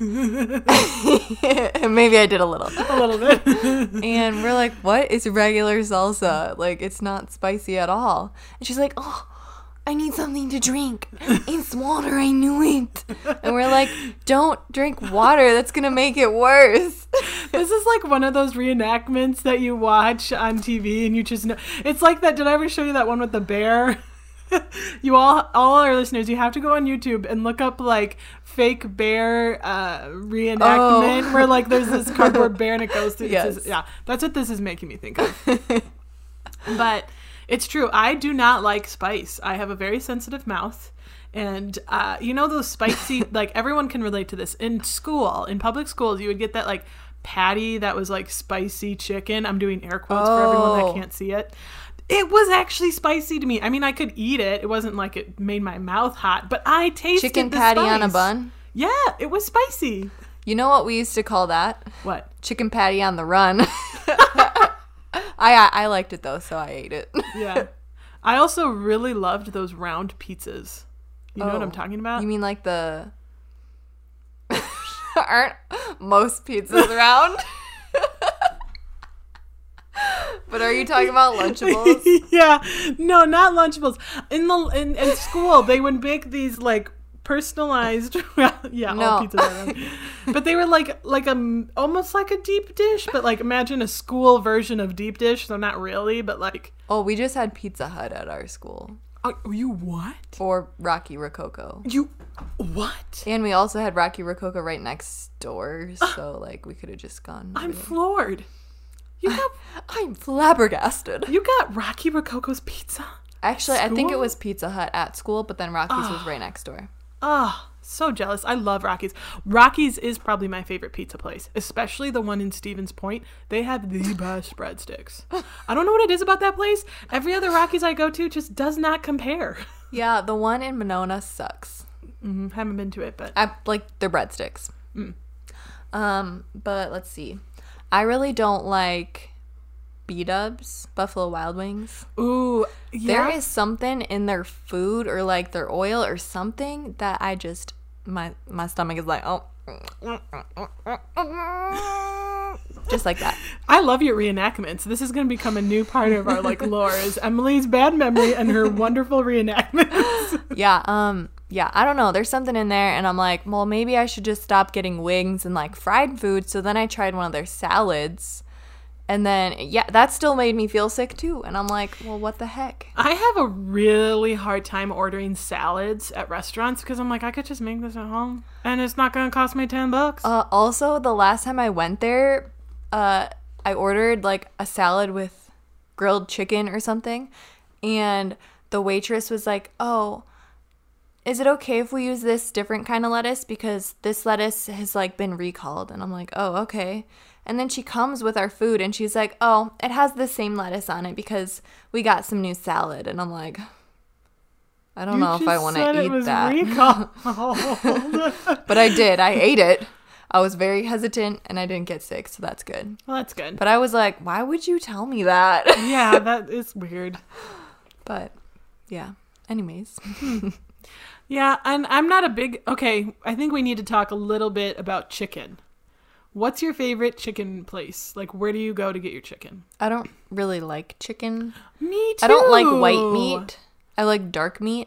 [SPEAKER 2] [laughs] Maybe I did a little.
[SPEAKER 1] [laughs] a little bit. [laughs]
[SPEAKER 2] And we're like, what is regular salsa? Like, it's not spicy at all. And she's like, oh, I need something to drink. It's water. I knew it. And we're like, don't drink water. That's going to make
[SPEAKER 1] [laughs]
[SPEAKER 2] it worse.
[SPEAKER 1] This is like one of those reenactments that you watch on TV and you just know. It's like that. Did I ever show you that one with the bear? [laughs] you all, all our listeners, you have to go on YouTube and look up like fake bear uh, reenactment
[SPEAKER 2] Oh.
[SPEAKER 1] where like there's this
[SPEAKER 2] [laughs]
[SPEAKER 1] cardboard bear and it goes through. it
[SPEAKER 2] Yes.
[SPEAKER 1] says- yeah, that's what this is making me think of. but it's true. I do not like spice. I have a very sensitive mouth. And uh, you know those
[SPEAKER 2] [laughs]
[SPEAKER 1] spicy, like everyone can relate to this. In school, in public schools, you would get that like patty that was like spicy chicken. I'm doing air quotes for
[SPEAKER 2] Oh.
[SPEAKER 1] everyone that can't see it. It was actually spicy to me. I mean, I could eat it. It wasn't like it made my mouth hot, but I tasted
[SPEAKER 2] Chicken
[SPEAKER 1] the
[SPEAKER 2] patty on a
[SPEAKER 1] spice.
[SPEAKER 2] bun.
[SPEAKER 1] Yeah, it was spicy.
[SPEAKER 2] You know what we used to call that? [laughs]
[SPEAKER 1] What?
[SPEAKER 2] Chicken patty on the
[SPEAKER 1] [laughs]
[SPEAKER 2] run. [laughs] I, I, I liked it though, so I ate it. [laughs]
[SPEAKER 1] Yeah. I also really loved those round pizzas. You know what
[SPEAKER 2] Oh.
[SPEAKER 1] I'm talking about?
[SPEAKER 2] You mean like the. [laughs] Aren't most pizzas round? [laughs] but are you talking about Lunchables?
[SPEAKER 1] [laughs] yeah, no, not Lunchables. In the in, in school, they would make these like personalized. [laughs] yeah, all
[SPEAKER 2] No.
[SPEAKER 1] pizzas are [laughs] wrong. but they were like like a m- almost like a deep dish, but like imagine a school version of deep dish. So not really, but like.
[SPEAKER 2] Oh, we just had Pizza Hut at our school
[SPEAKER 1] Oh, you what?
[SPEAKER 2] or Rocky Rococo.
[SPEAKER 1] You what?
[SPEAKER 2] And we also had Rocky Rococo right next
[SPEAKER 1] [gasps]
[SPEAKER 2] door, so like we could have just gone.
[SPEAKER 1] I'm
[SPEAKER 2] really-
[SPEAKER 1] floored. You got
[SPEAKER 2] I'm flabbergasted.
[SPEAKER 1] you got Rocky Rococo's pizza.
[SPEAKER 2] Actually, I think it
[SPEAKER 1] School?
[SPEAKER 2] was Pizza Hut at school, but then Rocky's was right next door.
[SPEAKER 1] Ah, so jealous. I love Rocky's. Rocky's is probably my favorite pizza place, especially the one in Stevens Point. They have the best breadsticks. I don't know what it is about that place. Every other Rocky's I go to just does not compare.
[SPEAKER 2] Yeah, the one in Monona sucks.
[SPEAKER 1] Mm, haven't been to it, but
[SPEAKER 2] I like their breadsticks. Um, but let's see. I really don't like B Dubs, Buffalo Wild Wings.
[SPEAKER 1] ooh, yeah.
[SPEAKER 2] There is something in their food or like their oil or something that I just my my stomach is like oh. [laughs] Just like that.
[SPEAKER 1] I love your reenactments. This is going to become a new part of our like lore [laughs] is Emily's bad memory and her wonderful reenactments.
[SPEAKER 2] Yeah, um, yeah, I don't know. There's something in there, and I'm like, well, maybe I should just stop getting wings and like fried food. So then I tried one of their salads, and then yeah, that still made me feel sick too. And I'm like, well, what the heck?
[SPEAKER 1] I have a really hard time ordering salads at restaurants because I'm like, I could just make this at home and it's not going to cost me 10 bucks.
[SPEAKER 2] Uh, also, the last time I went there, uh, I ordered like a salad with grilled chicken or something, and the waitress was like, oh. Is it okay if we use this different kind of lettuce because this lettuce has like been recalled and I'm like, "Oh, okay." And then she comes with our food and she's like, "Oh, it has the same lettuce on it because we got some new salad." And I'm like, I don't know if I want to eat that. [laughs] Oh,
[SPEAKER 1] recalled.
[SPEAKER 2] But I did. I ate it. I was very hesitant and I didn't get sick, so that's good.
[SPEAKER 1] well, that's good.
[SPEAKER 2] But I was like, why would you tell me that? [laughs]
[SPEAKER 1] yeah, that is weird.
[SPEAKER 2] But yeah. Anyways.
[SPEAKER 1] Yeah, and I'm not a big. Okay, I think we need to talk a little bit about chicken. What's your favorite chicken place? Like, where do you go to get your chicken?
[SPEAKER 2] I don't really like chicken.
[SPEAKER 1] Me too.
[SPEAKER 2] I don't like white meat. I like dark meat.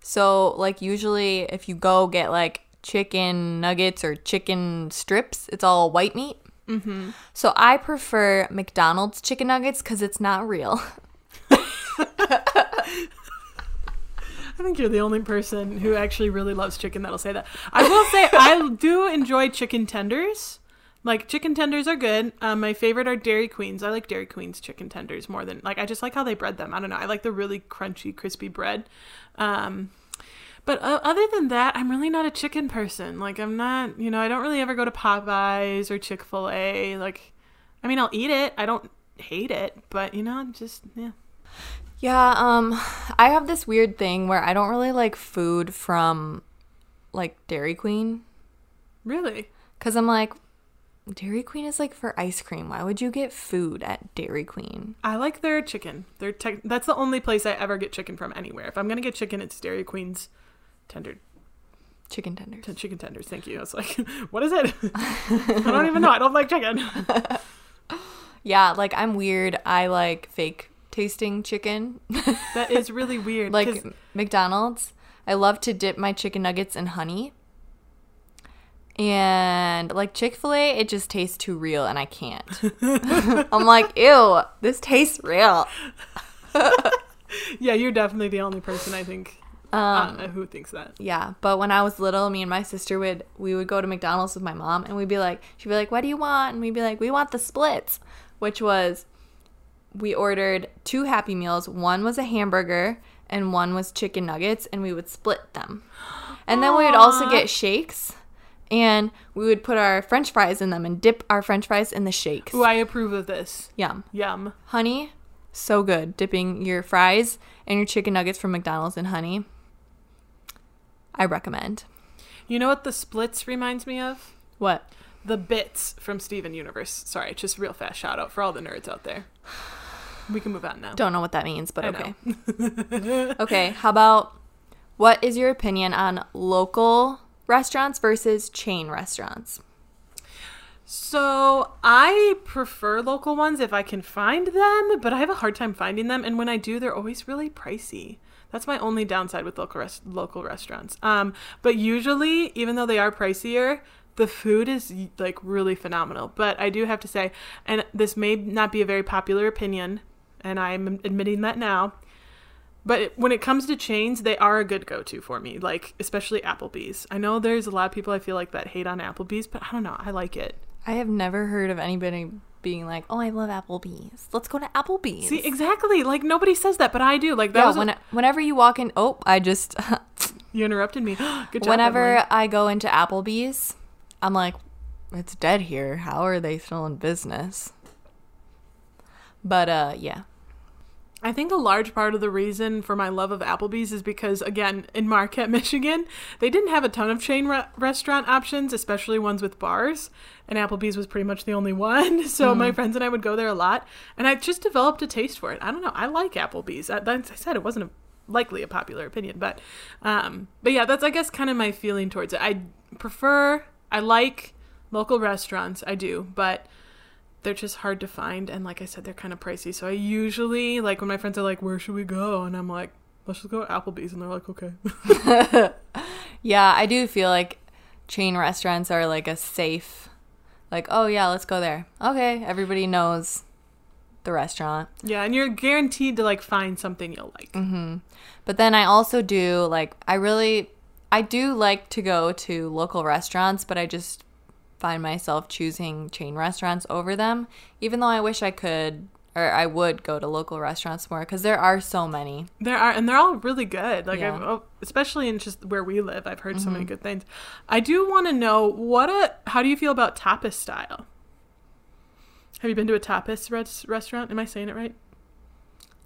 [SPEAKER 2] So, like, usually if you go get like chicken nuggets or chicken strips, it's all white meat. Mm-hmm. So, I prefer McDonald's chicken nuggets because it's not real.
[SPEAKER 1] I think you're the only person who actually really loves chicken that'll say that. I will say I do enjoy chicken tenders. Like chicken tenders are good. Um, my favorite are Dairy Queens. I like Dairy Queens chicken tenders more than like I just like how they bread them. I don't know. I like the really crunchy, crispy bread. Um, but uh, other than that, I'm really not a chicken person. Like I'm not, you know, I don't really ever go to Popeyes or Chick Fil A. Like, I mean, I'll eat it. I don't hate it, but you know, I'm just yeah.
[SPEAKER 2] Yeah, um [sighs] I have this weird thing where I don't really like food from like Dairy Queen
[SPEAKER 1] Really,
[SPEAKER 2] cuz I'm like Dairy Queen is like for ice cream. Why would you get food at Dairy Queen?
[SPEAKER 1] I like their chicken. Their tech that's the only place I ever get chicken from anywhere. If I'm gonna get chicken, it's Dairy Queen's tender
[SPEAKER 2] Chicken tenders.
[SPEAKER 1] t- chicken tenders. Thank you. I was like, [laughs] what is it? I don't even know. I don't like chicken.
[SPEAKER 2] Yeah, like I'm weird. I like fake tasting chicken.
[SPEAKER 1] [laughs] That is really weird.
[SPEAKER 2] like
[SPEAKER 1] 'cause-
[SPEAKER 2] McDonald's. I love to dip my chicken nuggets in honey. And like Chick fil A, it just tastes too real and I can't. [laughs] I'm like, ew, this tastes real.
[SPEAKER 1] yeah, you're definitely the only person I think uh, who thinks that.
[SPEAKER 2] Yeah, but when I was little, me and my sister would we would go to McDonald's with my mom, and we'd be like, she'd be like, "What do you want?" And we'd be like, "We want the splits," which was we ordered two Happy Meals. One was a hamburger, and one was chicken nuggets, and we would split them. And then we would also get shakes, and we would put our French fries in them and dip our French fries in the shakes.
[SPEAKER 1] Ooh, I approve of this.
[SPEAKER 2] Yum,
[SPEAKER 1] Yum.
[SPEAKER 2] honey, so good. Dipping your fries and your chicken nuggets from McDonald's in honey. I recommend.
[SPEAKER 1] You know what the splits reminds me of?
[SPEAKER 2] What?
[SPEAKER 1] The bits from Steven Universe. Sorry, just real fast shout out for all the nerds out there. We can move on now.
[SPEAKER 2] Don't know what that means, but
[SPEAKER 1] Oh. I
[SPEAKER 2] okay. [laughs]
[SPEAKER 1] [laughs]
[SPEAKER 2] okay, how about what is your opinion on local restaurants versus chain restaurants?
[SPEAKER 1] So I prefer local ones if I can find them, but I have a hard time finding them. And when I do, they're always really pricey. That's my only downside with local res- local restaurants. Um, but usually, even though they are pricier, the food is like really phenomenal. But I do have to say, and this may not be a very popular opinion, and I'm admitting that now. But it, when it comes to chains, they are a good go to for me, like especially Applebee's. I know there's a lot of people I feel like that hate on Applebee's, but I don't know. I like it.
[SPEAKER 2] I have never heard of anybody being like, "Oh, I love Applebee's. Let's go to Applebee's."
[SPEAKER 1] See, exactly. Like nobody says that, but I do. Like that
[SPEAKER 2] yeah,
[SPEAKER 1] was a-
[SPEAKER 2] when, whenever you walk in, oh,
[SPEAKER 1] [laughs]
[SPEAKER 2] I just
[SPEAKER 1] you interrupted me. [gasps] good job.
[SPEAKER 2] whenever
[SPEAKER 1] Emily.
[SPEAKER 2] I go into Applebee's, I'm like, it's dead here. How are they still in business? But uh, yeah,
[SPEAKER 1] I think a large part of the reason for my love of Applebee's is because, again, in Marquette, [laughs] Michigan, they didn't have a ton of chain re- restaurant options, especially ones with bars. And Applebee's was pretty much the only [laughs] one. So my friends and I would go there a lot. And I just developed a taste for it. I don't know. I like Applebee's. I, that's- I said it wasn't a, likely a popular opinion, but, um, but yeah, that's, I guess, kind of my feeling towards it. I prefer, I like local restaurants. I do. But they're just hard to find and like i said they're kind of pricey so i usually like when my friends are like where should we go and i'm like let's just go to applebee's and they're like okay [laughs]
[SPEAKER 2] [laughs] yeah, I do feel like chain restaurants are like a safe, like, oh yeah, let's go there. Okay, everybody knows the restaurant.
[SPEAKER 1] yeah and you're guaranteed to like find something you'll like
[SPEAKER 2] Mm-hmm. But then I also do like I really I do like to go to local restaurants, but I just find myself choosing chain restaurants over them, even though I wish I could or I would go to local restaurants more because there are so many.
[SPEAKER 1] there are and they're all really good like
[SPEAKER 2] Yeah. Mm-hmm.
[SPEAKER 1] I've, oh, especially in just where we live i've heard so many good things i do want to know what a how do you feel about tapas style have you been to a tapas res- restaurant am i saying it right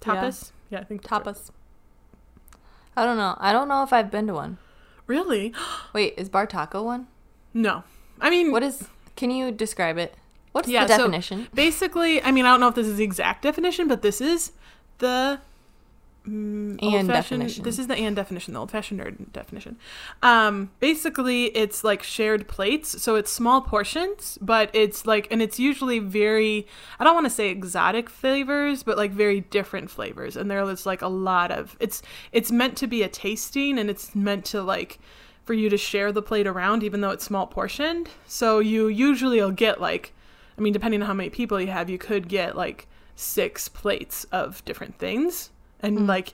[SPEAKER 2] Yeah.
[SPEAKER 1] tapas yeah, I think that's right.
[SPEAKER 2] Tapas. I don't know. I don't know if I've been to one.
[SPEAKER 1] Really?
[SPEAKER 2] Wait, is bar taco one?
[SPEAKER 1] No. I mean,
[SPEAKER 2] What is? Can you describe it? What's
[SPEAKER 1] Yeah,
[SPEAKER 2] the
[SPEAKER 1] so-
[SPEAKER 2] definition?
[SPEAKER 1] basically, I mean, I don't know if this is the exact definition, but this is the mm,
[SPEAKER 2] And
[SPEAKER 1] old-fashioned-
[SPEAKER 2] definition.
[SPEAKER 1] This is the and definition, the old-fashioned nerd definition. Um, basically, it's like shared plates, so it's small portions, but it's like, and it's usually very, I don't want to say exotic flavors, but like very different flavors, and there's like a lot of it's. It's meant to be a tasting, and it's meant to like for you to share the plate around, even though it's small portioned. So you usually will get like I mean, depending on how many people you have, you could get like six plates of different things. And like,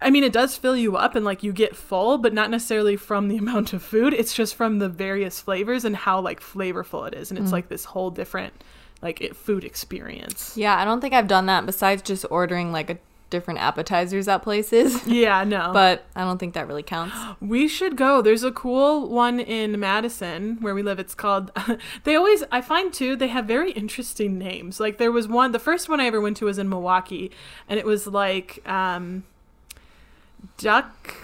[SPEAKER 1] I mean, it does fill you up and like you get full, but not necessarily from the [laughs] amount of food. It's just from the various flavors and how like flavorful it is. And it's like this whole different like it, food experience.
[SPEAKER 2] yeah, I don't think I've done that besides just ordering like a different appetizers at places.
[SPEAKER 1] Yeah, no.
[SPEAKER 2] But I don't think that really counts.
[SPEAKER 1] We should go. There's a cool one in Madison where we live. It's called. [laughs] they always. I find too. They have very interesting names. Like there was one. The first one I ever went to was in Milwaukee, and it was like um, duck,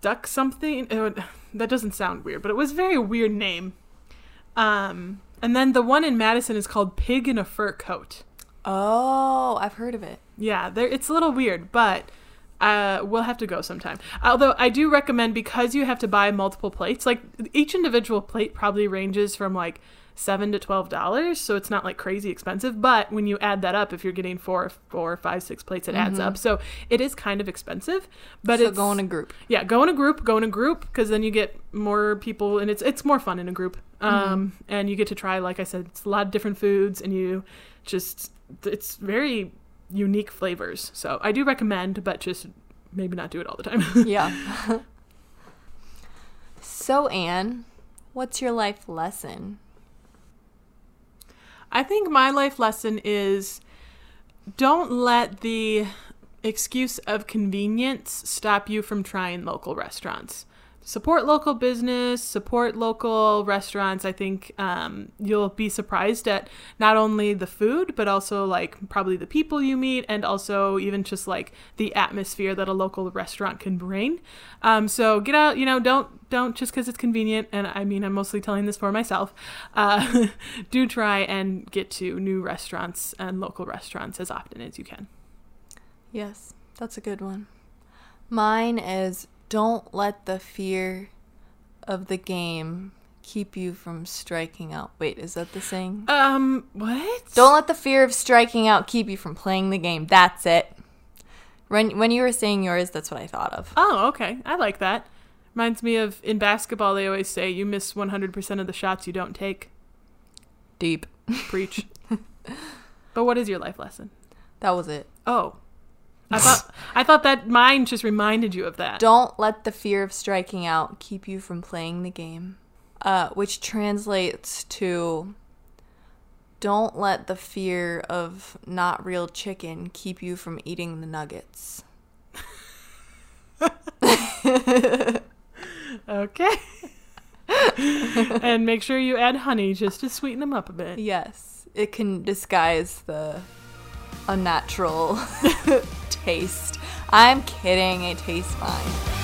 [SPEAKER 1] duck something. It would- [sighs] that doesn't sound weird, but it was a very weird name. Um, and then the one in Madison is called Pig in a Fur Coat.
[SPEAKER 2] [gasps] Oh, I've heard of it.
[SPEAKER 1] Yeah, there it's a little weird, but uh, we'll have to go sometime. Although I do recommend because you have to buy multiple plates. Like each individual plate probably ranges from like seven to twelve dollars, so it's not like crazy expensive. But when you add that up, if you're getting four, four, five, six plates, it adds up. So it is kind of expensive, but
[SPEAKER 2] But so
[SPEAKER 1] it's
[SPEAKER 2] go in a [laughs] group.
[SPEAKER 1] yeah, go in a group, go in a group, because then you get more people, and it's it's more fun in a group. Um, and you get to try, like I said, it's a lot of different foods, and you just it's very unique flavors. So I do recommend, but just maybe not do it all the time. [laughs]
[SPEAKER 2] Yeah. [laughs] so Anne, what's your life lesson?
[SPEAKER 1] I think my life lesson is don't let the excuse of convenience stop you from trying local restaurants. Support local business, support local restaurants. I think um, you'll be surprised at not only the food, but also like probably the people you meet, and also even just like the atmosphere that a local restaurant can bring. Um, so get out, you know, don't don't just because it's convenient. And I mean, I'm mostly telling this for myself. Uh, [laughs] do try and get to new restaurants and local restaurants as often as you can.
[SPEAKER 2] Yes, that's a good one. Mine is don't let the fear of the game keep you from striking out. Wait, is that the saying?
[SPEAKER 1] Um, what?
[SPEAKER 2] Don't let the fear of striking out keep you from playing the game. That's it. When when you were saying yours, that's what I thought of.
[SPEAKER 1] Oh, okay. I like that. Reminds me of in basketball, they always say you miss 100% of the shots you don't take.
[SPEAKER 2] Deep.
[SPEAKER 1] Preach. but what is your life lesson?
[SPEAKER 2] That was it.
[SPEAKER 1] Oh. I thought I thought that mine just reminded you of that.
[SPEAKER 2] Don't let the fear of striking out keep you from playing the game, uh, which translates to don't let the fear of not real chicken keep you from eating the nuggets.
[SPEAKER 1] Okay. [laughs] and make sure you add honey just to sweeten them up a bit.
[SPEAKER 2] Yes, it can disguise the [laughs] unnatural taste. I'm kidding, it tastes fine.